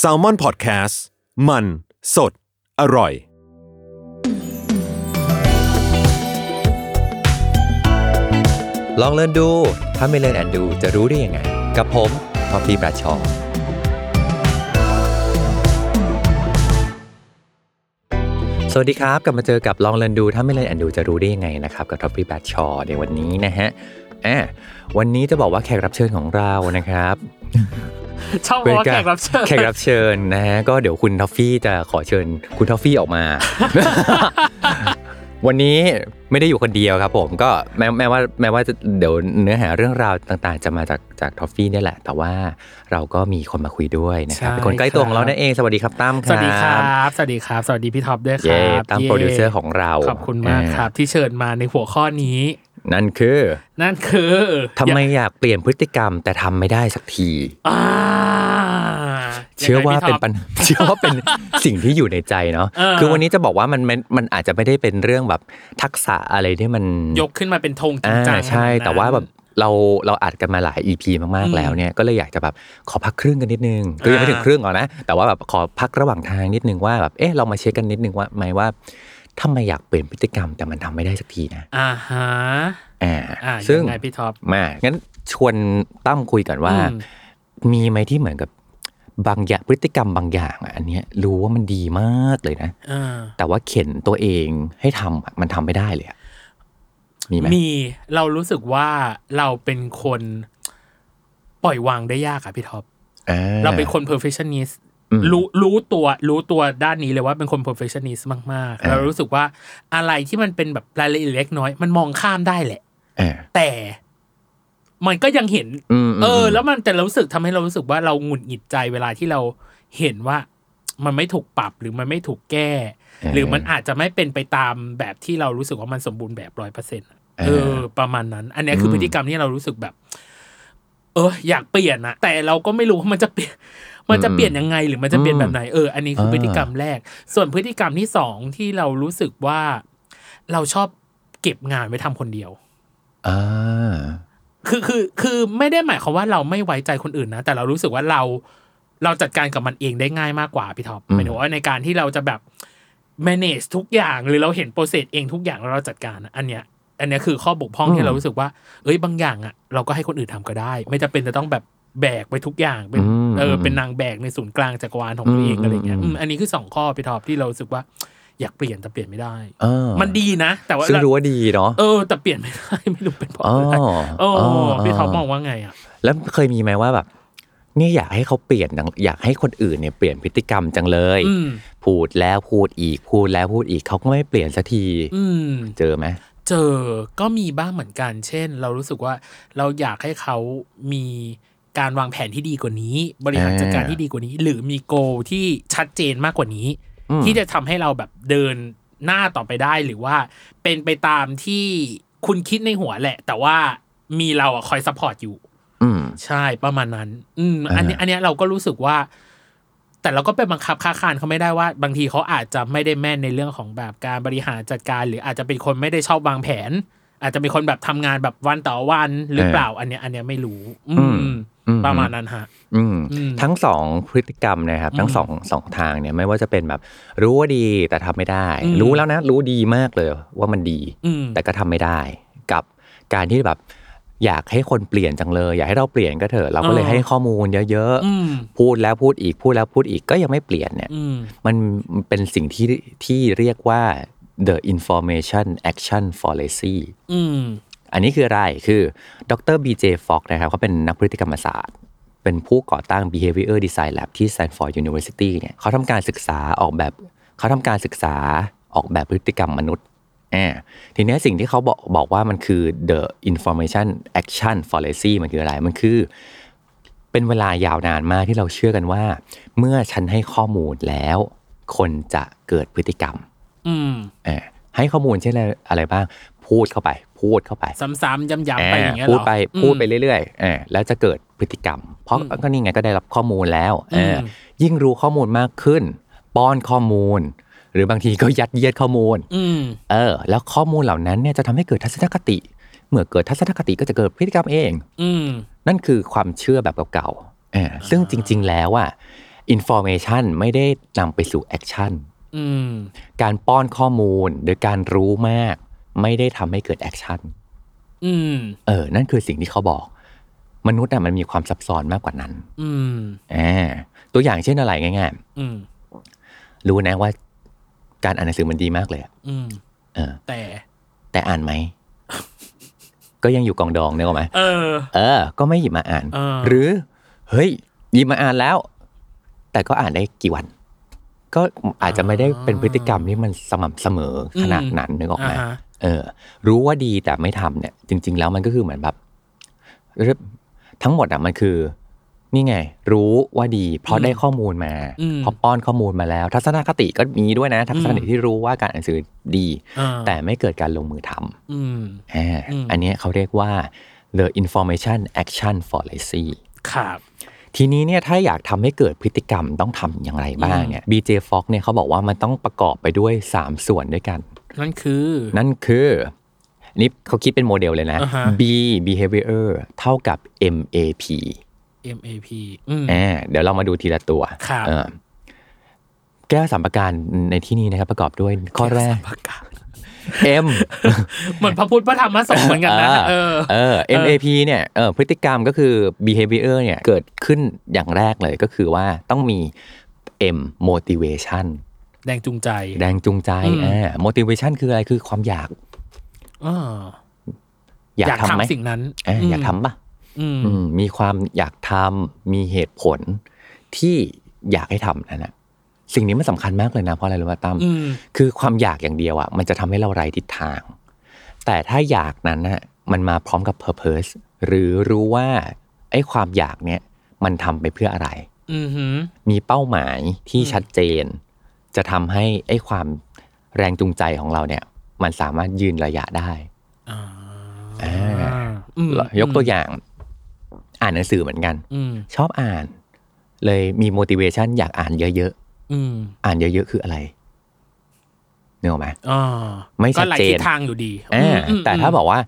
s a l ม o n PODCAST มันสดอร่อย ลองเลินดู ถ้าไม่เลินแอนดูจะรู้ได้ยังไง กับผมท็อปปี้ประชอสวัสดีครับ กลับมาเจอกับลองเลินดู ถ้าไม่เลินแอนดูจะรู้ได้ยังไงนะครับ กับท็อปปี้ประชอในวันนี้นะฮะอ่ะวันนี้จะบอกว่าแขกรับเชิญของเรานะครับ ช่องวอแขกรับเชิญ แขกรับเชิญนะฮะก็เดี๋ยวคุณทอฟฟี่จะขอเชิญคุณทอฟฟี่อ อกมา วันนี้ไม่ได้อยู่คนเดียวครับผมก็แม้แม้ว่าแม้ว่าจะเดี๋ยวเนื้อหาเรื่องราวต่างๆ จะมาจากจากทอฟฟี่เนี่ยแหละ แต่ว่าเราก็มีคนมาคุยด้วยนะครับเป็นคนใกล้ตัวของเรานั่นเองสวัสดีครับตั้มค ส รับ วัสดีครับสวัสดีครับ สวัสดีพี่ท็อปด้วยค เย่ รับ ตั้ม ย้ โปรดิวเซอร์ของเรา ขอบคุณมากครับ ที่เชิญมาในหัวข้อนี้ นั่นคือ นั่นคือ ทำไมอยากเปลี่ยนพฤติกรรมแต่ทำไม่ได้สักที อ่า เชื่อว่า เป็น ยังไงพี่ท็อป ปัญ เชื่อว่าเป็นสิ่งที่อยู่ในใจเนาะ เออ คือวันนี้จะบอกว่ามันมันมันอาจจะไม่ได้เป็นเรื่องแบบทักษะอะไรที่มัน ยกขึ้นมาเป็นธงจริ อ่าง จัง ใช่ ขนดนั้น แต่ว่าแบบเราเราอัดกันมาหลาย EP มาก อื ๆ ม แล้วเนี่ยก็เลยอยากจะแบบขอพักครึ่งกันนิดนึงคือยังไม่ อ่า ถึงครึ่งหรอกนะ แต่ว่าแบบขอพักระหว่างทางนิดนึงว่าแบบเอ๊ะเรามาเช็คกันนิดนึงว่าไหมว่าทำไมอยากเปลี่ยนพฤติกรรมแต่มันทำไม่ได้สักทีนะ อ่าฮะ อ่า อ่า ซึ่ง ยังไงพี่ท็อป มางั้นชวนตั้มคุยก่อนว่า อืม มีไหมที่เหมือนกับบางอย่างพฤติกรรมบางอย่างอ่ะอันเนี้ยรู้ว่ามันดีมากเลยนะ เออ แต่ว่าเข็นตัวเองให้ทำอะมันทำไม่ได้เลยอะมีไหม มีเรารู้สึกว่าเราเป็นคนปล่อยวางได้ยากอะพี่ท็อป อ่ เราเป็นคน perfectionist อืม รู้รู้ตัวรู้ตัวด้านนี้เลยว่าเป็นคน perfectionist มาก เอ ๆ อ เรารู้สึกว่าอะไรที่มันเป็นแบบรายละเอียดเล็กน้อย มันมองข้ามได้แหละ อ่า แต่มันก็ยังเห็น มม เออ แล้วมันแต่เรารู้สึกทำให้เรารู้สึกว่าเราหงุดหงิดใจเวลาที่เราเห็นว่า มันไม่ถูกปรับหรือมันไม่ถูกแก้ หรือมันอาจจะไม่เป็นไปตามแบบที่เรารู้สึกว่ามันสมบูรณ์แบบร้อยเปอร์เซ็นต์ า เออประมาณนั้น อันเนี้ยคืออ ม พฤติกรรมที่เรารู้สึกแบบ เอออยากเปลี่ยนนะแต่เราก็ไม่รู้ว่ามันจะเปลี่ยน มันจะเปลี่ยนยังไงหรือมันจะเปลี่ยนแบบไหนเอออันนี้คือพฤติกรรมแรก ส่วนพฤติกรรมที่สองที่เรารู้สึกว่า เราชอบเก็บงานไว้ทำคนเดียว อ่า คือคือคือไม่ได้หมายความว่าเราไม่ไว้ใจคนอื่นนะ แต่เรารู้สึกว่าเราเราจัดการกับมันเองได้ง่ายมากกว่าพี่ท็อปหมายถึงว่าในการที่เราจะแบบ manage ทุกอย่างหรือเราเห็นโปรเซสเองทุกอย่างแล้วเราจัดการอะอันเนี้ย อันเนี้ยคือข้อบกพร่องที่เรารู้สึกว่า เอ้ยบางอย่างอ่ะเราก็ให้คนอื่นทำก็ได้ ไม่จำเป็นจะต้องแบบแบกไปทุกอย่างเป็น ม เออเป็นนางแบกในศูนย์กลางจักรวาลของตัวเอง อืม อะไรเงี้ย อืม อืมอันนี้คือสองข้อพี่ท็อปที่เรารู้สึกว่า อยากเปลี่ยนแต่เปลี่ยนไม่ได้ เออ มันดีนะ แต่ว่า ซึ่งรู้ว่าดีเนาะ เออแต่เปลี่ยนไม่ได้ ไม่รู้เป็นเพราะ อ๋อ อะไร โอ้ อ๋อ พี่ท็อปมองว่าไงอ่ะ แล้วเคยมีไหมว่าแบบเนี่ยอยากให้เขาเปลี่ยนจังอยากให้คนอื่นเนี่ยเปลี่ยนพฤติกรรมจังเลย อืม พูดแล้วพูดอีกพูดแล้วพูดอีกเขาก็ไม่เปลี่ยนสักที อืม เจอไหม เจอก็มีบ้างเหมือนกัน เช่น เรารู้สึกว่าเราอยากให้เขามีการวางแผนที่ดีกว่านี้ บริหารจัดการที่ดีกว่านี้ หรือมีโกลที่ชัดเจนมากกว่านี้ อืม ที่จะทำให้เราแบบเดินหน้าต่อไปได้หรือว่า เป็นไปตามที่คุณคิดในหัวแหละ แต่ว่ามีเราอะคอยซัพพอร์ตอยู่ อืม ใช่ประมาณนั้น อืมอันเนี้ย อ่า อันเนี้ยเราก็รู้สึกว่า แต่เราก็ไปบังคับค้าคานเขาไม่ได้ว่า บางทีเขาอาจจะไม่ได้แม่นในเรื่องของแบบการบริหารจัดการ หรืออาจจะเป็นคนไม่ได้ชอบวางแผน อาจจะเป็นคนแบบทำงานแบบวันต่อวันหรือเปล่า อันเนี้ยอันเนี้ยไม่รู้ อืม อื ประมาณนั้นฮะ อืม อืม ทั้งสองพฤติกรรมนะครับ อืม ทั้งสองสองทางเนี่ยไม่ว่าจะเป็นแบบรู้ว่าดีแต่ทำไม่ได้ อืม รู้แล้วนะ รู้ดีมากเลยว่ามันดี อืม แต่ก็ทำไม่ได้ กับการที่แบบ อยากให้คนเปลี่ยนจังเลย อยากให้เราเปลี่ยนก็เถอะเราก็เลย เออ ให้ข้อมูลเยอะ อืม ๆพูดแล้วพูดอีกพูดแล้วพูดอีกก็ยังไม่เปลี่ยนเนี่ย อืม มันเป็นสิ่งที่ที่เรียกว่า the information action fallacy อืม อันนี้คืออะไร คือดร BJ Fox นะครับเขาเป็นนักพฤติกรรมศาสตร์ เป็นผู้ก่อตั้ง Behavior Design Lab ที่ Stanford University เนี่ยเขาทำการศึกษาออกแบบเขาทำการศึกษาออกแบบพฤติกรรมมนุษย์อ่าทีเนี้ยสิ่งที่เขาบอกบอกว่ามันคือ the information action fallacy มันคืออะไร มันคือ เป็นเวลายาวนานมากที่เราเชื่อกันว่า เมื่อฉันให้ข้อมูลแล้ว คนจะเกิดพฤติกรรม อืม อ่าให้ข้อมูลเช่นอะไรอะไรบ้าง พูดเข้าไป พูดเข้าไป ซ้ำๆย้ำๆไปอย่างเงี้ย พู เหร ด อ ไป อืม พูดไปเรื่อยๆเออแล้วจะเกิดพฤติกรรม เพราะก็นี่ไงก็ได้รับข้อมูลแล้วเอออ ม ยิ่งรู้ข้อมูลมากขึ้น ป้อนข้อมูล หรือบางทีก็ยัดเยียดข้อมูล อืม เออ แล้วข้อมูลเหล่านั้นเนี่ยจะทำให้เกิดทัศนคติ เมื่อเกิดทัศนคติก็จะเกิดพฤติกรรมเอง อืม นั่นคือความเชื่อแบบเก่า เออซึ่งจริง ๆ แล้วอ่ะอินโฟเมชันไม่ได้นำไปสู่แอคชั่น อืม การป้อนข้อมูลหรือการรู้มาก ไม่ได้ทำให้เกิดแอคชั่น อืม เออ นั่นคือสิ่งที่เขาบอก มนุษย์น่ะมันมีความซับซ้อนมากกว่านั้น อืม อ่าตัวอย่างเช่นอะไรง่าย อืม ๆ รู้นะว่าการอ่านหนังสือมันดีมากเลยอะ อืม เออ แต่ แต่อ่านไหม ก็ยังอยู่กองดองเนี่ยหรอกไหม เออ เออ ก็ไม่หยิบมาอ่าน เออ หรือ เฮ้ย หยิบมาอ่านแล้ว แต่ก็อ่านได้กี่วัน ก็อาจจะไม่ได้เป็นพฤติกรรมที่มันสม่ำเสมอขนาดนั้นนึกออกไหม อ่าฮะ เออ รู้ว่าดีแต่ไม่ทำเนี่ย จริง ๆ แล้วมันก็คือเหมือนแบบเรียกทั้งหมดอ่ะมันคือ นี่ไง รู้ว่าดี เพราะได้ข้อมูลมา อืม เพอป้อนข้อมูลมาแล้ว ทัศนคติก็มีด้วยนะ ทัศนคติ อืม ที่รู้ว่าการอ่านหนังสือดี อ่า แต่ไม่เกิดการลงมือทำ อืม อ่า อืม อันเนี้ยเขาเรียกว่า the information action fallacy ครับ ทีนี้เนี่ยถ้าอยากทำให้เกิดพฤติกรรมต้องทำอย่างไรบ้างเนี่ย BJ Fox เนี่ยเขาบอกว่ามันต้องประกอบไปด้วย 3 ส่วนด้วยกัน นั่นคือ นั่นคือนี่เขาคิดเป็นโมเดลเลยนะ อ่าฮะ B behavior เท่ากับ MAP MAP อืม อ่าเดี๋ยวเรามาดูทีละตัว ครับ เออแก้วสามประการในที่นี้นะครับ ประกอบด้วยข้อแรก สัมภาระ M เหมือนพระพุทธพระธรรมพระสงฆ์เหมือนกันนะเออ เออ MAP เนี่ยเออพฤติกรรมก็คือ behavior เนี่ยเกิดขึ้นอย่างแรกเลยก็คือว่าต้องมี M motivation แรงจูงใจ แรงจูงใจ อืม อ่า motivation คืออะไรคือความอยาก อา อยากทำไหม สิ่งนั้น อ่าม อยากทำป่ะ อืม อืมมีความอยากทำมีเหตุผลที่อยากให้ทำนั่นแหะสิ่งนี้มันสำคัญมากเลยนะเพราะอะไรรู้ป่ะตั้ม อืม คือความอยากอย่างเดียวอะมันจะทำให้เราไร้ทิศทาง แต่ถ้าอยากนั้นน่ะมันมาพร้อมกับ purpose หรือรู้ว่าไอ้ความอยากเนี้ยมันทำไปเพื่ออะไร อืมหือ มีเป้าหมายที่ อืม ชัดเจน จะทำให้ไอ้ความแรงจูงใจของเราเนี่ยมันสามารถยืนระยะได้ อ่า อ่า อืม ยกตัวอย่างอ่านหนังสือเหมือนกัน อืม ชอบอ่าน เลยมี motivation อยากอ่านเยอะ อืม ๆ อ่านเยอะๆ คืออะไรเนกออกไหม อ่า ไม่ชั ก็ ด หลาย เจน ทิศทางอยู่ดี อ่าม ม แต่ถ้าบอกว่า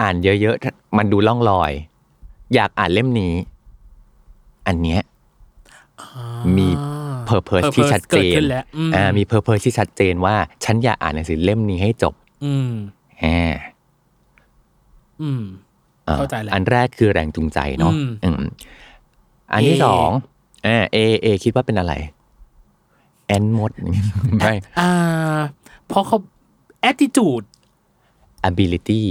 อ่านเยอะๆ มันดูล่องลอย อยากอ่านเล่มนี้ อันเนี้ย อ่า มี purpose ที่ purpose ชัดเจ กิ น ขึ้นแล้วอืม มี purpose ที่ชัดเจนว่า ฉันอยากอ่านหนังสือเล่มนี้ให้จบ อืม อ่า อืม อ่า เข้าใจแล้ว อันแรกคือแรงจูงใจเนาะ อืม อืมอันที่ A สองอ่าเอเอคิดว่าเป็นอะไรแอนมด ไม่ อ่าเพราะเขา attitude ability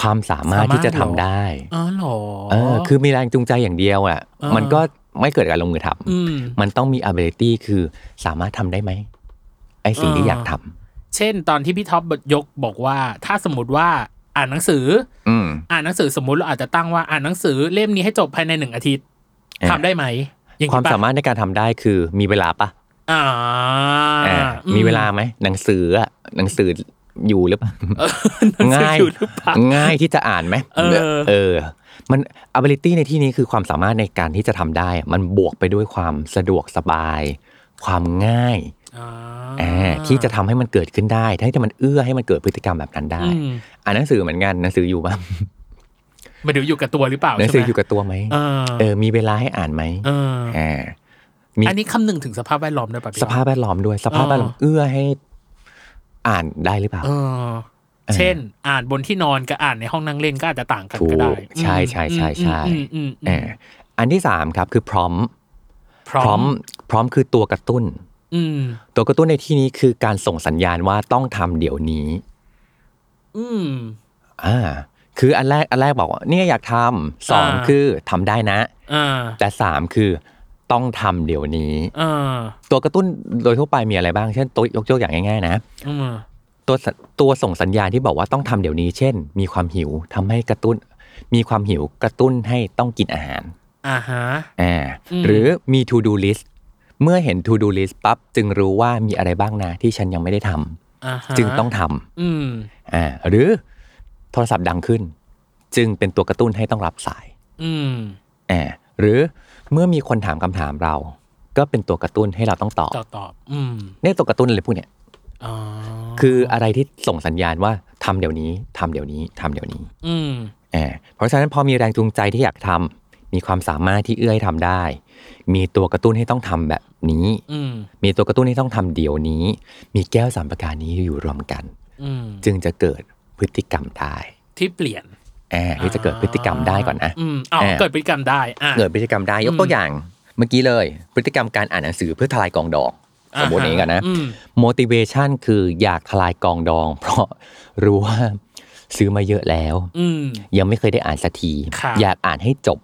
ความสามารถ สามารถ ที่จะ เหรอ ทำได้ อ๋อเหรอ เออ คือมีแรงจูงใจอย่างเดียวอ่ะ อ่ามั มันก็ไม่เกิดการลงมือทำ อืม มันต้องมี ability คือสามารถทำได้ไหม ไอสิ่งที่ อ่า อยากทำ เช่น ตอนที่พี่ท็อปยกบอกว่า ถ้าสมมติว่าอ่านหนังสือ อืม อ่านหนังสือสมมุติเราอาจจะตั้งว่าอ่านหนังสือเล่มนี้ให้จบภายในหนึ่งอาทิตย์ เออ ทำได้ไหมอย่ง ความ นี้ปะ สามารถในการทำได้คือมีเวลาปะ อ่า อ่ามีเวลาไหม หนังสืออะหนังสืออยู่หรือเปล่า ง่า ง่าย ย อยู่หรือเปล่า ง่ายที่จะอ่านไหม เออ เออ มัน ability ในที่นี้คือความสามารถในการที่จะทำได้อะมันบวกไปด้วยความสะดวกสบาย ความง่าย อ่า อ่าที่จะทำให้มันเกิดขึ้นได้ถ้ามันเอื้อให้มันเกิดพฤติกรรมแบบนั้นได้ อืม อ่านหนังสือเหมือนกันหนังสืออยู่ปะ ไมันเดี๋ยวอยู่กับตัวหรือเปล่า หนัง ใช่ สือ ไหม อยู่กับตัวไหม เออ เออมีเวลาให้อ่านไหม เออ อ่ามี อันนี้คำหนึ่งถึงสภาพแวดล้อมด้วยป่ะพี่ สภาพแวดล้อมด้วย สภาพแวดล้อมเอื้อให้อ่านได้หรือเปล่า เออ เช่น อ่านบนที่นอนกับอ่านในห้องนั่งเล่นก็อาจจะต่างกัน ถู ก็ได้ กใช่ใช่ใช่ใช่ อืมอืมอืมอืม อ่าอันที่สามครับคือพร้อม พร้ พร้ อ อ ม มพร้อมคือตัวกระตุ้น อืม ตัวกระตุ้นในที่นี้คือการส่งสัญญาณว่าต้องทำเดี๋ยวนี้ อืม อ่าคืออันแรกอันแรกบอกว่าเนี่ยอยากทำสอง อ่า คือทำได้นะ อ่า แต่สามคือต้องทำเดี๋ยวนี้ อ่า ตัวกระตุ้นโดยทั่วไปมีอะไรบ้างเช่นตัวยกตัวอย่างง่ายๆนะ อืม ตัวสตัวส่งสัญญาณที่บอกว่าต้องทำเดี๋ยวนี้ เช่น มีความหิวทำให้กระตุ้น มีความหิวกระตุ้นให้ต้องกินอาหาร อ่าฮะ อ่า อืม หรือมี to do list เมื่อเห็น to do list ปั๊บจึงรู้ว่ามีอะไรบ้างนะที่ฉันยังไม่ได้ทำ อ่าฮะ จึงต้องทำ อืม อ่าหรือโทรศัพท์ดังขึ้น จึงเป็นตัวกระตุ้นให้ต้องรับสาย อืม อ่าหรือเมื่อมีคนถามคำถามเรา ก็เป็นตัวกระตุ้นให้เราต้องตอบ ตอบตอบ อืม เนี่ยตัวกระตุ้นอะไรพวกเนี้ย อ๋อ คืออะไรที่ส่งสัญญาณว่าทำเดี๋ยวนี้ทำเดี๋ยวนี้ทำเดี๋ยวนี้ อืม อ่าเพราะฉะนั้นพอมีแรงจูงใจที่อยากทำ มีความสามารถที่เอื้อให้ทำได้ มีตัวกระตุ้นให้ต้องทำแบบนี้ อืม มีตัวกระตุ้นให้ต้องทำเดี๋ยวนี้ มีแก้วสามประการนี้อยู่รวมกัน อืม จึงจะเกิดพฤติกรรมได้ ที่เปลี่ยน แอบที่จะเกิดพฤติกรรมได้ก่อนนะ อืมอ๋อ อ่า เกิดพฤติกรรมได้อ่า เกิดพฤติกรรมได้ยกตัวอย่างเมื่อกี้เลย พฤติกรรมการอ่านหนังสือเพื่อทลายกองดอง อ่า สมฮะมติอย่างนี้กันนะ อืม motivation คืออยากทลายกองดอง เพราะรู้ว่าซื้อมาเยอะแล้ว อืม ยังไม่เคยได้อ่านสักที ครับ อยากอ่านให้จบ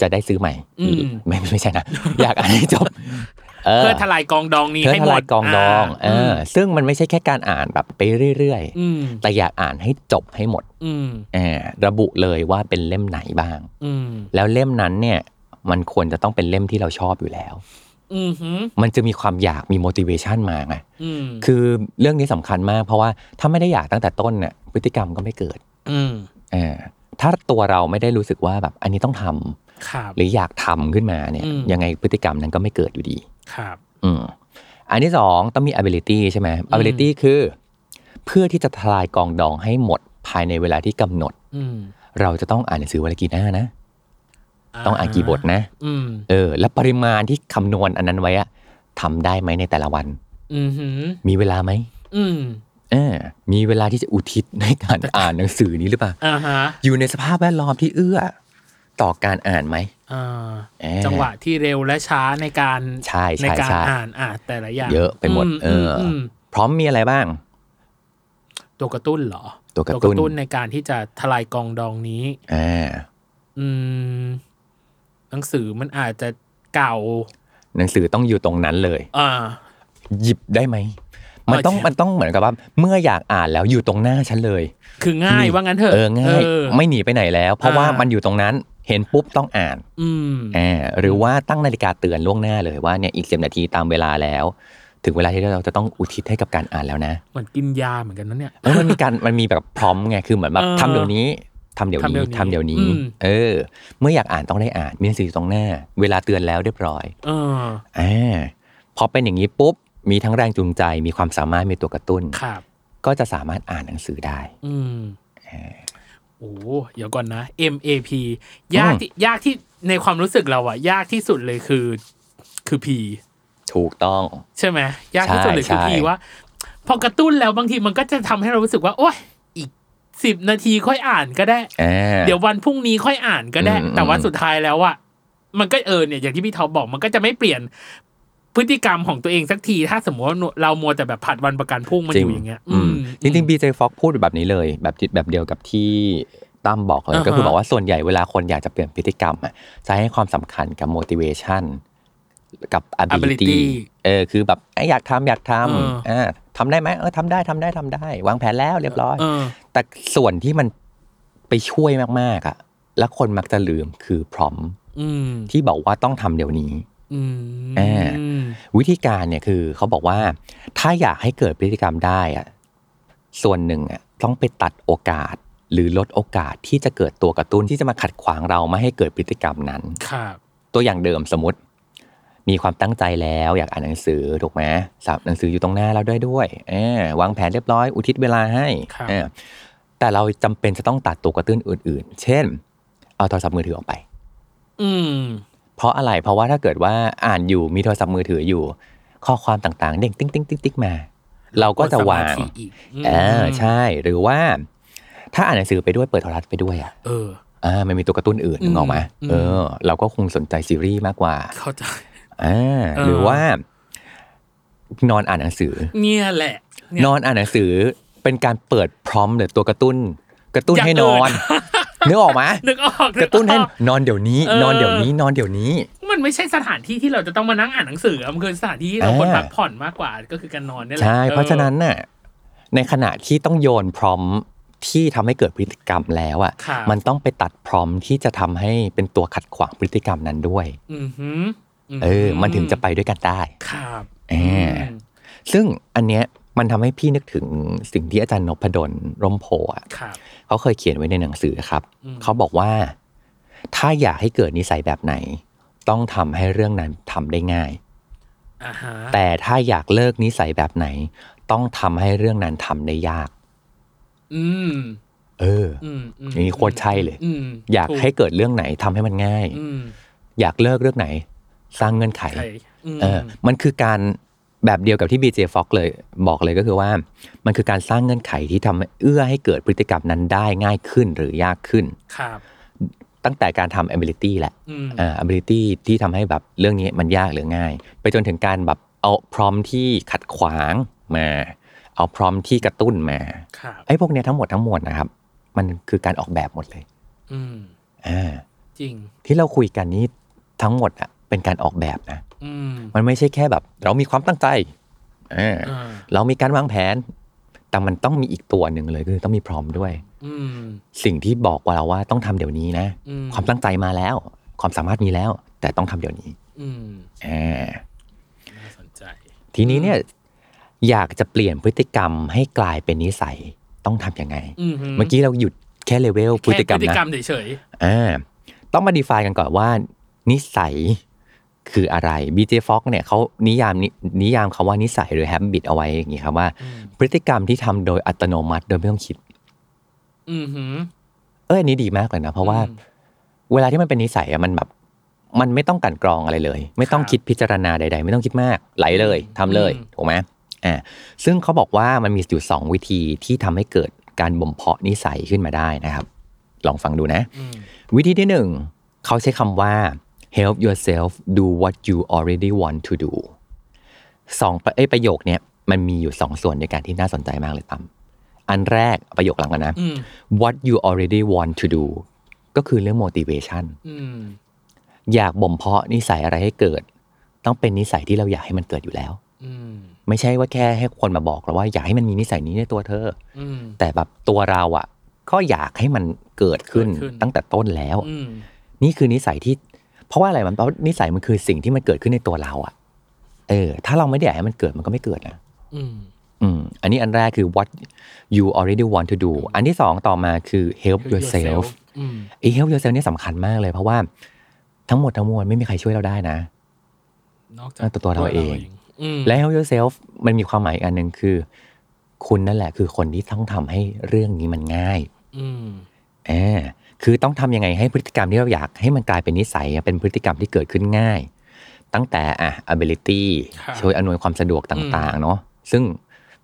จะได้ซื้อใหม่ อืม ไม่ไม่ใช่นะ อยากอ่านให้จบ เออ เพื่อทลายกองดองนี้ เพื่อ ให้ ท หม ลาย ด กองดอง า เออ ซึ่งมันไม่ใช่แค่การอ่านแบบไปเรื่อย อืม ๆแต่อยากอ่านให้จบให้หมด อืม เออระบุเลยว่าเป็นเล่มไหนบ้าง อืม แล้วเล่มนั้นเนี่ย มันควรจะต้องเป็นเล่มที่เราชอบอยู่แล้ว อืมอืม มันจะมีความอยากมี motivation มาไง อืม คือเรื่องนี้สำคัญมาก เพราะว่าถ้าไม่ได้อยากตั้งแต่ต้นเนี่ยพฤติกรรมก็ไม่เกิด อืม เออถ้าตัวเราไม่ได้รู้สึกว่าแบบอันนี้ต้องทำ ครับ หรืออยากทำขึ้นมาเนี่ย อืม ยังไงพฤติกรรมนั้นก็ไม่เกิดอยู่ดี ครับ อืมอันที่สองต้องมี ability ใช่ไหม ability คือ เพื่อที่จะทลายกองดองให้หมดภายในเวลาที่กำหนด อืม เราจะต้องอ่านหนังสือวันละกี่หน้านะ ต้องอ่านกี่บทนะ อืม เออและปริมาณที่คำนวณอันนั้นไว้อะทำได้ไหมในแต่ละวัน อืมหืม มีเวลาไหม อืม เออมีเวลาที่จะอุทิศในการ อ่านหนังสือนี้หรือเปล่า อ่าฮะ อยู่ในสภาพแวดล้อมที่เอื้อ ต่อการอ่านไหม อ่า เออ จังหวะที่เร็วและช้าในการ ใช่ใช่ ในการ ใช่ อ่านอ่าแต่ละอย่าง เยอะไปหมด อื เอออ ม พร้อมมีอะไรบ้าง ตัวกระตุ้นเหรอ ตัวกระตุ้น ในการที่จะทลายกองดองนี้ อ่า อืม หนังสือมันอาจจะเก่า หนังสือต้องอยู่ตรงนั้นเลย อ่า หยิบได้ไหมมันต้อง ใช่ มันต้องเหมือนกับว่า เมื่ออยากอ่านแล้วอยู่ตรงหน้าฉันเลย คือง่ายว่างั้นเถอะ เออง่าย เออ ไม่หนีไปไหนแล้ว เพราะว่า อ่ามั มันอยู่ตรงนั้น เห็นปุ๊บต้องอ่าน อืม อ่าหรือว่าตั้งนาฬิกาเตือนล่วงหน้าเลยว่าเนี่ยอีกสิบนาทีตามเวลาแล้ว ถึงเวลาที่เราจะต้องอุทิศให้กับการอ่านแล้วนะ เหมือนกินยาเหมือนกันนะเนี่ย แล้วมันมีการ มันมีแบบพร้อมไงคือเหมือนแบบ เออ ทำเดี๋ยวนี้ทำเดี๋ยวนี้ทำ ทำเดี๋เดี๋ย ยว วนี้ นี้ อืม เออ เมื่ออยากอ่านต้องได้อ่านมีหนังสืออยู่ตรงหน้า เวลาเตือนแล้วเรียบร้อย เออ อ่าพอเป็นอย่างนี้ปุ๊บมีทั้งแรงจูงใจมีความสามารถมีตัวกระตุ้น ครับ ก็จะสามารถอ่านหนังสือได้ อืมโอ้เดี๋ยวก่อนนะ MAP ยากที่ยากที่ในความรู้สึกเราอะยากที่สุดเลยคือ คือ P ถูกต้อง ใช่ไหมยากที่สุดเลยคือ ใช่ พีว่า พอกระตุ้นแล้วบางทีมันก็จะทำให้เรารู้สึกว่า โอ๊ยอีกสิบนาทีค่อยอ่านก็ได้ อ่า เดี๋ยววันพรุ่งนี้ค่อยอ่านก็ได้ อืม แต่ว่า อืม สุดท้ายแล้วอะมันก็เออเนี่ยอย่างที่พี่ท็อปบอกมันก็จะไม่เปลี่ยนพฤติกรรมของตัวเองสักที ถ้าสมมติว่าเรามัวแต่แบบผัดวันประกันพรุ่งมันอยู่อย่างเงี้ย อืม จริงๆ BJ Fox พูดแบบนี้เลย แบบที่แบบเดียวกับที่ตั้มบอกเลย อ่าฮะ ก็คือบอกว่าส่วนใหญ่เวลาคนอยากจะเปลี่ยนพฤติกรรมอ่ะจะให้ความสำคัญกับ motivation กับ ability Ability เออคือแบบเอ้ยอยากทำอยากท เออ ำอ่าทำได้ไหมเออทำได้ทำได้ทำได้ วางแผนแล้วเรียบร้อย เออ แต่ส่วนที่มันไปช่วยมากๆอ่ะแล้วคนมักจะลืมคือพร้อม อืม ที่บอกว่าต้องทำเดี๋ยวนี้ อืม อ่า วิธีการเนี่ยคือเขาบอกว่าถ้าอยากให้เกิดพฤติกรรมได้อะส่วนหนึ่งอะต้องไปตัดโอกาส หรือลดโอกาสที่จะเกิดตัวกระตุ้นที่จะมาขัดขวางเราไม่ให้เกิดพฤติกรรมนั้น ครับ ตัวอย่างเดิมสมมติ มีความตั้งใจแล้วอยากอ่านหนังสือถูกไหมสับหนังสืออยู่ตรงหน้าแล้วด้วยด้วยเออวางแผนเรียบร้อย อุทิศเวลาให้ ครับ เออแต่เราจำเป็นจะต้องตัดตัวกระตุ้นอื่น ๆ เช่น เอาโทรศัพท์มือถือออกไป อืม เพราะอะไร เพราะว่าถ้าเกิดว่าอ่านอยู่มีโทรศัพท์มือถืออยู่ ข้อความต่างๆ เด้งติ๊งติ๊งติ๊งติ๊งมา เราก็จะวาง กดสมธิอีกม เออใช่ หรือว่า ถ้าอ่านหนังสือไปด้วยเปิดโทรทัศน์ไปด้วยอ่ะ เออ อ่ามันมีตัวกระตุ้นอื่นนึกออกไหม อืมอืม เออ เราก็คงสนใจซีรีส์มากกว่า เข้าใจ อ่า เออ หรือว่า นอนอ่านหนังสือ เนี่ยแหละ เนี่ย นอนอ่านหนังสือเป็นการเปิดพร้อมหรือตัวกระตุ้น กระตุ้น อย่าง ให้นอน อื่ นึกออกไหม นึกออก กระตุ้นให้ ออ นอนเดี๋ยวนี้ เออ นอนเดี๋ยวนี้ นอนเดี๋ยวนี้ มันไม่ใช่สถานที่ที่เราจะต้องมานั่งอ่านหนังสืออะมันคือสถานที่ที่เรา อ่า ควรพักผ่อนมากกว่า ก็คือการนอนเนี่ยแหละ ใช่ เพราะฉะนั้น ออ น่ะ ในขณะที่ต้องโยนพร้อมที่ทำให้เกิดพฤติกรรมแล้วอ่ะ ครับ มันต้องไปตัดพร้อมที่จะทำให้เป็นตัวขัดขวางพฤติกรรมนั้นด้วย อือหืหื เออ มันถึงจะไปด้วยกันได้ ครับ เอออื ม ซึ่งอันเนี้ยมันทำให้พี่นึกถึงสิ่งที่อาจารย์นพดลร่มโพธิ์อ่ะ ครับ เขาเคยเขียนไว้ในหนังสือครับ อืม เขาบอกว่า ถ้าอยากให้เกิดนิสัยแบบไหน ต้องทำให้เรื่องนั้นทำได้ง่าย อ่าฮะ แต่ถ้าอยากเลิกนิสัยแบบไหน ต้องทำให้เรื่องนั้นทำได้ยาก อืม เอ เออ อืมอืม อย่างนี้โคตรใช่เลย อืม อยาก ถู ให้เกิดเรื่องไหนทำให้มันง่าย อืม อยากเลิกเรื่องไหน สร้างเงื่อนไข ใช่ม เออมันคือการแบบเดียวกับที่ BJ Fox เลยบอกเลยก็คือว่า มันคือการสร้างเงื่อนไขที่ทำให้เอื้อให้เกิดพฤติกรรมนั้นได้ง่ายขึ้นหรือยากขึ้น ครับ ตั้งแต่การทำ ability แหละ อืม อ่า ability ที่ทำให้แบบเรื่องนี้มันยากหรือง่าย ไปจนถึงการแบบเอาพร้อมที่ขัดขวางมา เอาพร้อมที่กระตุ้นมา ครับ ไอ้พวกเนี้ยทั้งหมดทั้งมวลนะครับ มันคือการออกแบบหมดเลย อืม อ่า จริง ที่เราคุยกันนี้ทั้งหมดอ่ะเป็นการออกแบบนะ อืม มันไม่ใช่แค่แบบ เรามีความตั้งใจเออ อ่า เรามีการวางแผน แต่มันต้องมีอีกตัวหนึ่งเลยคือต้องมีพร้อมด้วย อืม สิ่งที่บอกว่าเราว่าต้องทำเดี๋ยวนี้นะ อืม ความตั้งใจมาแล้ว ความสามารถมีแล้ว แต่ต้องทำเดี๋ยวนี้ อืม เออ น่าสนใจ ทีนี้เนี่ยอยากจะเปลี่ยนพฤติกรรมให้กลายเป็นนิสัยต้องทำยังไง อืม เมื่อกี้เราหยุดแค่เลเวลพฤติกรรม แค่พฤติ นะ กรรมเฉย อ่าต้องมาดีฟายกันก่อนว่า นิสัยคืออะไร BJ Fox เนี่ยเขานิยามนินิยามคำว่านิสัยหรือ habit เอาไว้อย่างงี้ครับว่า ๆอืม พฤติกรรมที่ทำโดยอัตโนมัติโดยไม่ต้องคิด อืมหืม เอ้ยอันนี้ดีมากเลยนะ เพราะว่าเวลาที่มันเป็นนิสัยอะมันแบบ มันไม่ต้องกลันกรองอะไรเลย ไม่ต้องคิดพิจารณาใด ๆ ไม่ต้องคิดมากไหลเลยทำเลยถูกไหมอ่าซึ่งเขาบอกว่ามันมีอยู่สองวิธีที่ทำให้เกิดการบ่มเพาะนิสัยขึ้นมาได้นะครับ ลองฟังดูนะ อืม วิธีที่หนึ่งเขาใช้คำว่า help yourself do what you already want to do สองประเอ้ยประโยคเนี้ยมันมีอยู่สองส่วนในการที่น่าสนใจมากเลยตั้มอันแรกประโยคหลังกันนะ อืม what you already want to do ก็คือเรื่อง motivation อืม อยากบ่มเพาะนิสัยอะไรให้เกิด ต้องเป็นนิสัยที่เราอยากให้มันเกิดอยู่แล้ว อืม ไม่ใช่ว่าแค่ให้คนมาบอกเราว่าอยากให้มันมีนิสัยนี้ในตัวเธอ อืม แต่แบบตัวเราอะ่ะ ก็อยากให้มันเกิดขึ้น เกิดขึ้น ตั้งแต่ต้นแล้ว อืม นี่คือนิสัยที่ เพราะว่าอะไรมันเพราะนิสัยมันคือสิ่งที่มันเกิดขึ้นในตัวเราอะเออ ถ้าเราไม่ได้อยากให้มันเกิดมันก็ไม่เกิดนะ อืม อืม อันนี้อันแรกคือ what you already want to do อันที่สองต่อมาคือ help yourself อืม ไอ้ help yourself เนี่ยสำคัญมากเลย เพราะว่าทั้งหมดทั้งมวลไม่มีใครช่วยเราได้นะ นอกจาก นั่นตัวเราเอง อืม และ help yourself มันมีความหมายอีกอันหนึ่งคือ คุณนั่นแหละคือคนที่ต้องทำให้เรื่องนี้มันง่าย อืม เออคือต้องทำยังไงให้พฤติกรรมที่เราอยากให้มันกลายเป็นนิสัยเป็นพฤติกรรมที่เกิดขึ้นง่าย ตั้งแต่อ่ะ ability ค่ะ ช่วยอำนวยความสะดวกต่างๆ เนาะซึ่ง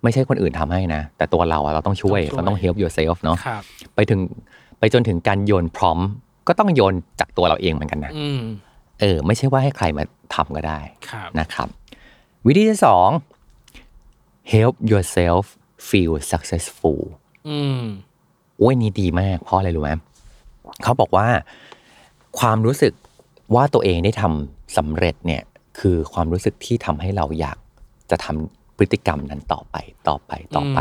ไม่ใช่คนอื่นทำให้นะ แต่ตัวเราอะเราต้องช่วยเราต้อง help yourself เนาะ ครับ ไปถึงไปจนถึงการโยนพร้อม ก็ต้องโยนจากตัวเราเองเหมือนกันนะ อืม เออไม่ใช่ว่าให้ใครมาทำก็ได้ ครับ นะครับ วิธีที่สอง help yourself feel successful อืม โอ้ยนี่ดีมากเพราะอะไรรู้ไหมเขาบอกว่า ความรู้สึกว่าตัวเองได้ทำสำเร็จเนี่ยคือความรู้สึกที่ทำให้เราอยากจะทำพฤติกรรมนั้นต่อไปต่อไปต่อไป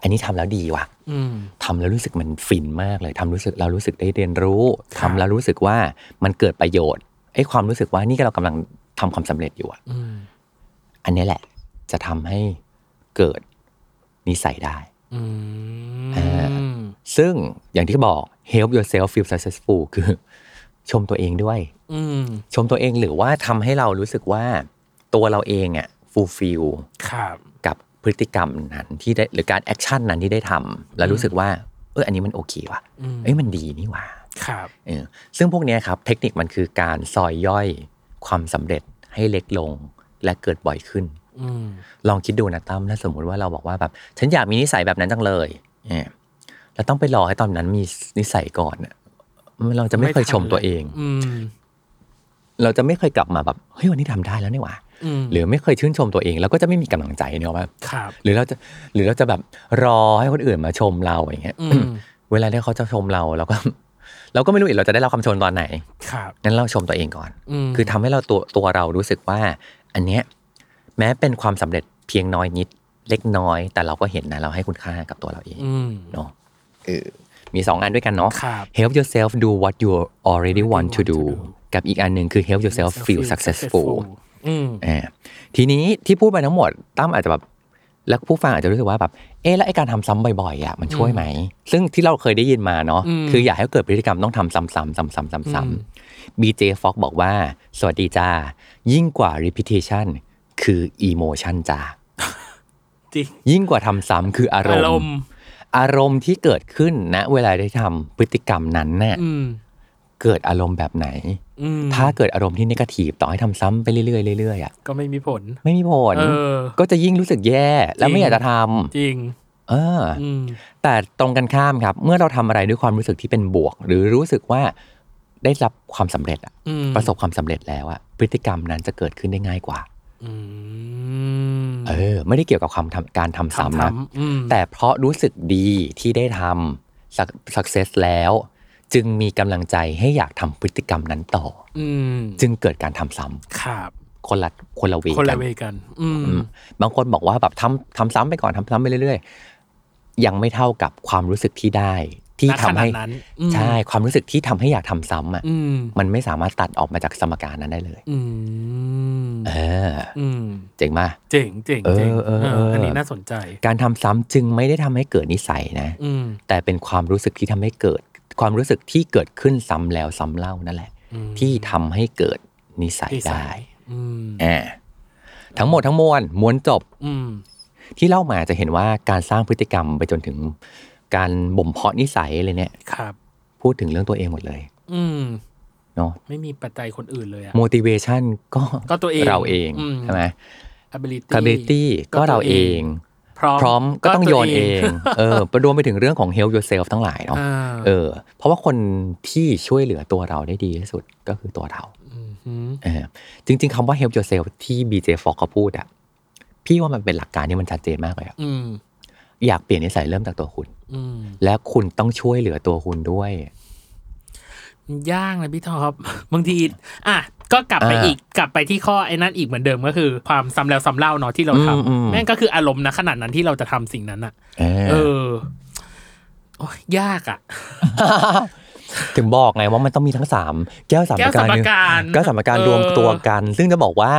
อันนี้ทำแล้วดีว่ะ อืม ทำแล้วรู้สึกมันฟินมากเลยทำรู้สึกเรารู้สึกได้เรียนรู้ ค ทำ รับ แล้วรู้สึกว่ามันเกิดประโยชน์ไอ้ความรู้สึกว่านี่เรากำลังทำความสำเร็จอยู่อะ อืม อันเนี้ยแหละจะทำให้เกิดนิสัยได้ อืม อ่า ซึ่งอย่างที่บอก help yourself feel successful คือ ชมตัวเองด้วย อืม ชมตัวเองหรือว่าทำให้เรารู้สึกว่าตัวเราเองอะ fulfill ครับ กับพฤติกรรมนั้นที่ได้หรือการแอคชั่นนั้นที่ได้ทำแล้วรู้สึกว่าเอออันนี้มันโอเคว่ะ อืม เอ้ยมันดีนี่หว่า ครับ เออซึ่งพวกเนี้ยครับเทคนิคมันคือการซอยย่อยความสำเร็จให้เล็กลงและเกิดบ่อยขึ้น อืม ลองคิดดูนะตั้มถ้าสมมุติว่าเราบอกว่าแบบ ฉันอยากมีนิสัยแบบนั้นจังเลยเนี่ยแล้วต้องไปรอให้ตอนนั้นมีนิสัยก่อนอะเราจะไม่เคยชมตัวเอง อืม เราจะไม่เคยกลับมาแบบเฮ้ยวันนี้ทำได้แล้วนี่หว่า อืม หรือไม่เคยชื่นชมตัวเองเราก็จะไม่มีกำลังใจเนอะว่า ครับ หรือเราจะหรือเราจะแบบรอให้คนอื่นมาชมเราอย่างเงี้ย อืม เวลาที่เขาจะชมเราเราก็ เราก็ไม่รู้อีกเราจะได้รับคำชมตอนไหน ครับ งั้นเราชมตัวเองก่อน อืม คือทำให้เราตัวตัวเรารู้สึกว่า อันเนี้ยแม้เป็นความสำเร็จเพียงน้อยนิดเล็กน้อย แต่เราก็เห็นนะเราให้คุณค่ากับตัวเราเอง อืม เนาะเออมีสองอันด้วยกันเนาะ ครับ help yourself do what you already want to do กับอีกอันหนึ่งคือ help yourself feel successful อืม อ่าทีนี้ที่พูดไปทั้งหมดตั้มอาจจะแบบแล้วผู้ฟังอาจจะรู้สึกว่าแบบเออแล้วไอการทำซ้ำบ่อยๆอ่ะมันช่วยไหม ซึ่งที่เราเคยได้ยินมาเนาะคืออยากให้เกิดพฤติกรรมต้องทำซ้ำๆซ้ำๆซ้ำๆ BJ Fox บอกว่า สวัสดีจ้า ยิ่งกว่า repetition คือ emotion จ้า จริง ยิ่งกว่าทำซ้ำคืออาร อาม ร ณ์ มณ์ อารมณ์ที่เกิดขึ้นณเวลาที่ทำพฤติกรรมนั้นเนี่ย อืม เกิดอารมณ์แบบไหน อืม ถ้าเกิดอารมณ์ที่นิเกทีฟต่อให้ทำซ้ำไปเรื่อยๆเรื่อยๆอ่ะ ก็ไม่มีผล ไม่มีผล เออ ก็จะยิ่งรู้สึกแย่และไม่อยากจะทำ จริง เอออ อืม แต่ตรงกันข้ามครับ เมื่อเราทำอะไรด้วยความรู้สึกที่เป็นบวก หรือรู้สึกว่าได้รับความสำเร็จอะ อืม ประสบความสำเร็จแล้วอะพฤติกรรมนั้นจะเกิดขึ้นได้ง่ายกว่า อืม เออ ไม่ได้เกี่ยวกับความทำการทำซ้ำ ทำ นะ ทำอืม แต่เพราะรู้สึกดีที่ได้ทำสักสักเซสแล้ว จึงมีกำลังใจให้อยากทำพฤติกรรมนั้นต่อ อืม จึงเกิดการทำซ้ ครับ ำคนละคนละเว คนกัละน เวกัน อืม อืมบางคนบอกว่าแบบทำทำซ้ำไปก่อนทำซ้ำไปเรื่อยๆ ยังไม่เท่ากับความรู้สึกที่ได้ ที่ ณ ทำให้ ขณะนั้นอืม ใช่ความรู้สึกที่ทำให้อยากทำซ้ำอ่ะ อืม มันไม่สามารถตัดออกมาจากสมการนั้นได้เลย อืม เออ อืม เจ๋งมาก เจ๋งเจ๋ง เออ เจ๋ง เออเออ อันนี้น่าสนใจ การทำซ้ำจึงไม่ได้ทำให้เกิดนิสัยนะ อืม แต่เป็นความรู้สึกที่ทำให้เกิด ความรู้สึกที่เกิดขึ้นซ้ำแล้วซ้ำเล่านั่นแหละ อืม ที่ทำให้เกิดนิสัย นิสั ได้ ยอืม อ่าทั้งหมดทั้งมวลม้วนจบ อืม ที่เล่ามาจะเห็นว่าการสร้างพฤติกรรมไปจนถึงการบ่มเพาะนิสัยอะไรเนี่ย ครับ พูดถึงเรื่องตัวเองหมดเลย อืม เนาะ ไม่มีปัจจัยคนอื่นเลยอะ motivation ก็ ก็ตัวเอง เราเอง อืม ใช่ไหม ability capability ก็เราเอง พร้อม พร้อมก็ต้องโยนเอง ก็ เออประรวมไปถึงเรื่องของ help yourself ทั้งหลายเนาะ อ่า เออ เพราะว่าคนที่ช่วยเหลือตัวเราได้ดีที่สุดก็คือตัวเรา หืม เออจริง ๆคำว่า help yourself ที่ BJ Fogg เขาพูดอะพี่ว่ามันเป็นหลักการที่มันชัดเจนมากเลยอะ อืม อยากเปลี่ยนนิสัยเริ่มจากตัวคุณ อืม และคุณต้องช่วยเหลือตัวคุณด้วย ยากนะพี่ท็อป บางทีอ่ะก็กลับไป อ่า อีกกลับไปที่ข้อไอ้นั่นอีกเหมือนเดิมก็คือ ความซ้ำแล้วซ้ำเล่าเนาะที่เรา อืมอืม ทำแม่งก็คืออารมณ์นะขนาดนั้นที่เราจะทำสิ่งนั้นอะ เออ เออโอ้ยยากอะ ถึงบอกไงว่ามันต้องมีทั้งสามแก้วสาม แก้ว ประการ สามประการ แก้วสามประการ เออ รวมตัวกัน ซึ่งจะบอกว่า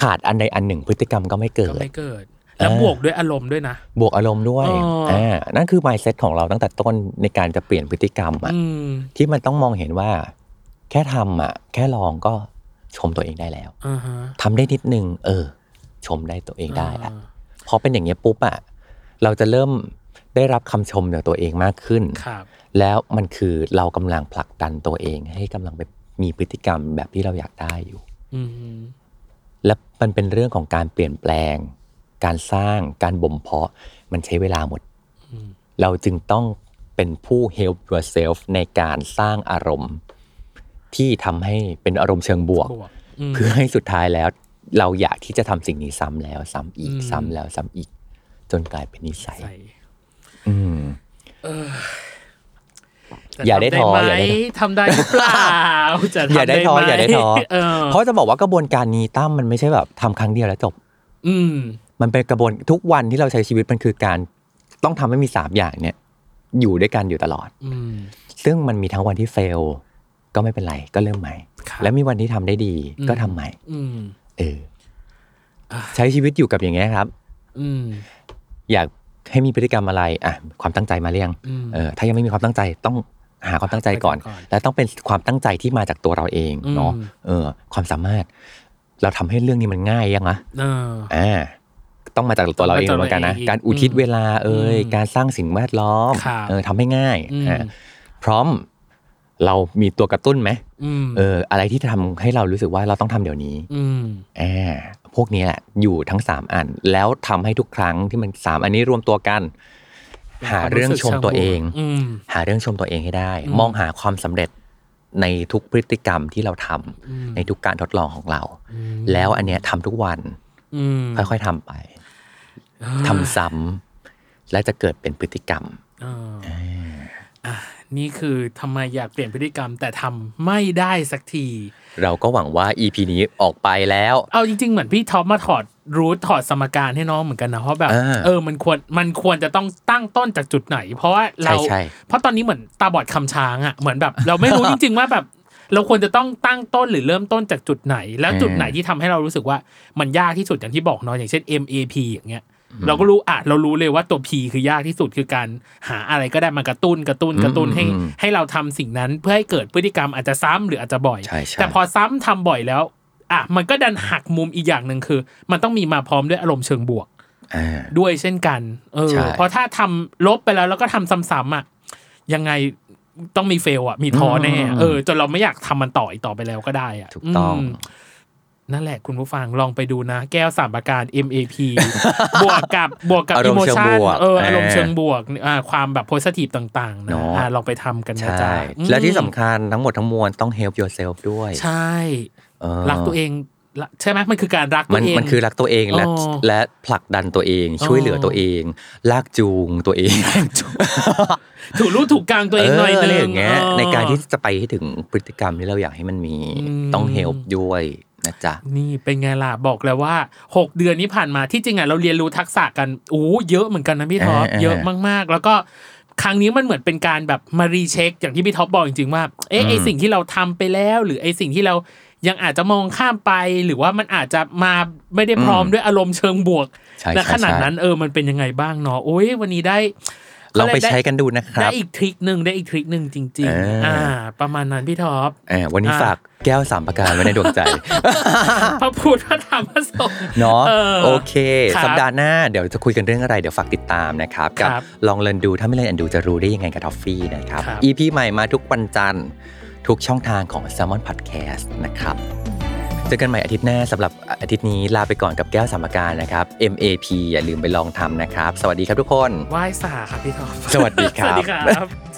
ขาดอันใดอันหนึ่งพฤติกรรมก็ไม่เกิ ก็ ด ไม่เกิด แล้ว อ่า บวกด้วยอารมณ์ด้วยนะ บวกอารมณ์ด้วย อ๋ออ่ านั่นคือ mindset ของเราตั้งแต่ต้นในการจะเปลี่ยนพฤติกรรมอะ อืม ที่มันต้องมองเห็นว่า แค่ทำอ่ะ แค่ลองก็ชมตัวเองได้แล้ว อ่าฮะ ทำได้นิดนึง เออ ชมได้ตัวเองได้ละ อ่า พอเป็นอย่างเงี้ยปุ๊บอ่ะเราจะเริ่มได้รับคำชมจากตัวเองมากขึ้น ครับ แล้วมันคือเรากำลังผลักดันตัวเอง ให้กำลังไปมีพฤติกรรมแบบที่เราอยากได้อยู่ อืม และมันเป็นเรื่องของการเปลี่ยนแปลง การสร้างการบ่มเพาะมันใช้เวลาหมด เราจึงต้องเป็นผู้ help yourself ในการสร้างอารมณ์ ที่ทำให้เป็นอารมณ์เชิงบวก บวกอืม เพื่อให้สุดท้ายแล้ว เราอยากที่จะทำสิ่งนี้ซ้ำแล้วซ้ำอีก อืม ซ้ำแล้วซ้ำอีก จนกลายเป็นนิสัย ใส่ อืม แต่ อย่าได้ท้ออทำไหม ย่าได้ท้อ ทำได้หรือเปล่าจะทำ อย่าได้ท้อ หม อย่าได้ท้อ เออ เพราะจะบอกว่ากระบวนการนี้ตั้มมันไม่ใช่แบบทำครั้งเดียวแล้วจบ อืม มันเป็นกระบวนทุกวันที่เราใช้ชีวิตมันคือการต้องทำให้มีสามอย่างเนี่ย อยู่ด้วยกันอยู่ตลอด อืม ซึ่งมันมีทั้งวันที่เฟล ก็ไม่เป็นไรก็เริ่มใหม่ ครับ และมีวันที่ทำได้ดี อืม ก็ทำใหม่ อืม เออ อ่ะ ใช้ชีวิตอยู่กับอย่างเงี้ยครับ อืม อยากให้มีพฤติกรรมอะไรอ่ะความตั้งใจมาเรียง อืม เออถ้ายังไม่มีความตั้งใจต้องหาความตั้งใจก่อน หาความและตั้งใจก่อนต้องเป็นความตั้งใจที่มาจากตัวเราเอง อืม เนาะเออ ความสามารถ เราทำให้เรื่องนี้มันง่ายยังนะ เออ อ่าต้องมาจากตัวเราเอง ต้อง เหมื มาจาก อนกันนะ ตัวเองอีก การอุทิศเวลาเอ่ย อืม การสร้างสิ่งแวดล้อม ครับ เออทำให้ง่าย อืม อ่าพร้อมเรามีตัวกระตุ้นไหม อืม เออ อะไรที่ทำให้เรารู้สึกว่าเราต้องทำเดี๋ยวนี้ อืม อ่าพวกนี้แหละอยู่ทั้งสามอัน แล้วทำให้ทุกครั้งที่มันสามอันนี้รวมตัวกัน หาเรื่องชมตัวเอง อืม หาเรื่องชมตัวเองให้ได้ อืม มองหาความสำเร็จในทุกพฤติกรรมที่เราทำ อืม ในทุกการทดลองของเรา อืม แล้วอันเนี้ยทำทุกวัน อืม ค่อยๆทำไป ทำซ้ำและจะเกิดเป็นพฤติกรรม เอออ่ะนี่คือทำไมอยากเปลี่ยนพฤติกรรมแต่ทำไม่ได้สักที เราก็หวังว่า EP นี้ออกไปแล้ว เอาจริง ๆ เหมือนพี่ท็อปมาถอดรูทถอดสมการให้น้องเหมือนกันนะเพราะแบบ อ่า เออมันควรมันควรจะต้องตั้งต้นจากจุดไหน เพราะว่าเรา ใช่ใช่ เพราะตอนนี้เหมือนตาบอดคำช้างอะเหมือนแบบ เราไม่ รู้จริง ๆ ว่าแบบ เราควรจะต้องตั้งต้นหรือเริ่มต้นจากจุดไหน แล้วจุดไหนที่ทำให้เรารู้สึกว่ามันยากที่สุดอย่างที่บอกเนาะอย่างเช่น MAP อย่างเงี้ย เราก็รู้อ่ะเรารู้เลยว่าตัว P คือยากที่สุดคือการหาอะไรก็ได้มากระตุ้นกระตุ้นกระตุ้นให้ อืมอืม ให้เราทำสิ่งนั้นเพื่อให้เกิดพฤติกรรมอาจจะซ้ำหรืออาจจะบ่อย ใช่ใช่ แต่พอซ้ำทำบ่อยแล้ว อ่ะมันก็ดันหักมุมอีกอย่างหนึ่งคือ มันต้องมีมาพร้อมด้วยอารมณ์เชิงบวก อ่า ด้วยเช่นกันเออ ใช่ เพราะถ้าทำลบไปแล้วแล้วก็ทำซ้ำๆอ่ะยังไงต้องมีเฟลอ่ะมีท้อแน่เออจนเราไม่อยากทำมันต่ออีกต่อไปแล้วก็ได้อ่ะ ถูกต้อง มนั่นแหละคุณผู้ฟังลองไปดูนะ แก้วสามประการ MAP บวกกับบวกกับ อาร อิ มณ์ โม เชิง ชัน บวก เอออารมณ์ เออ เชิงบวกอ่าความแบบโพสิทีฟต่าง ๆ นะ เนาะ อ่าลองไปทำกันนะ ใช่ จ๊ะ และที่สำ อืม คัญทั้งหมดทั้งมวลต้อง help yourself ด้วย ใช่ เออ รักตัวเองละใช่ไหมมันคือการรักตั มัน วเอง มันคือรักตัวเองและ อ๋อ และผลักดันตัวเอง อ๋อ ช่วยเหลือตัวเอง ลากจูงตัวเอง ถูกรู้ถูกกลางตัวเองหน่อย ะไรอนึง ย่างเงี้ยในการที่จะไปให้ถึงพฤติกรรมที่เราอยากให้มันมี อืม ต้อง help ด้วยนะจ๊ะ นี่เป็นไงล่ะ บอกแล้วว่า 6 เดือนนี้ผ่านมาที่จริงอ่ะเราเรียนรู้ทักษะกันโอ้เยอะเหมือนกันนะพี่ท็อเอปอเออ เยอะมากๆ แล้วก็ครั้งนี้มันเหมือนเป็นการแบบมารีเช็ค อย่างที่พี่ท็อปบอกจริงๆว่าเอ๊ะไอสิ่งที่เราทำไปแล้ว หรือไอสิ่งที่เรายังอาจจะมองข้ามไป หรือว่ามันอาจจะมาไม่ได้พร้อมด้วยอารมณ์เชิงบวก ใช่ และ ใช่ ขนาด ใช่ นั้นเออมันเป็นยังไงบ้างเนาะโอ้ยวันนี้ได้ ลองไปใช้กันดูนะค ได้ รับ อีกทริคหนึ่งได้อีกทริคหนึ่งจริง เออ ๆ อ่ อ่า ประมาณนั้นพี่ท็อป เออวันนี้ อ่ะ ฝากแก้วสามประการไว้ในดว งใจ พระพูดพระธรรมพระสงฆ์ เนาะ เออ โอเค ครับ สัปดาห์หน้าเดี๋ยวจะคุยกันเรื่องอะไร เดี๋ยวฝากติดตามนะครับ กั ครับ ลองเรียนดูถ้าไม่เรียนดูจะรู้ได้ยังไงกับทอฟฟี่นะครับ ครับ EP ใหม่มาทุกวันจันทร์ ทุกช่องทางของ s ซ l m o n Podcast นะครับ เจอกันใหม่อาทิตย์หน้าสำหรับอาทิตย์นี้ลาไปก่อนกับแก้วสามประการนะครับ MAP อย่าลืมไปลองทำนะครับ สวัสดีครับทุกคน ไหว้สาครับพี่ท็อป สวัสดีครับ สวัสดีครับ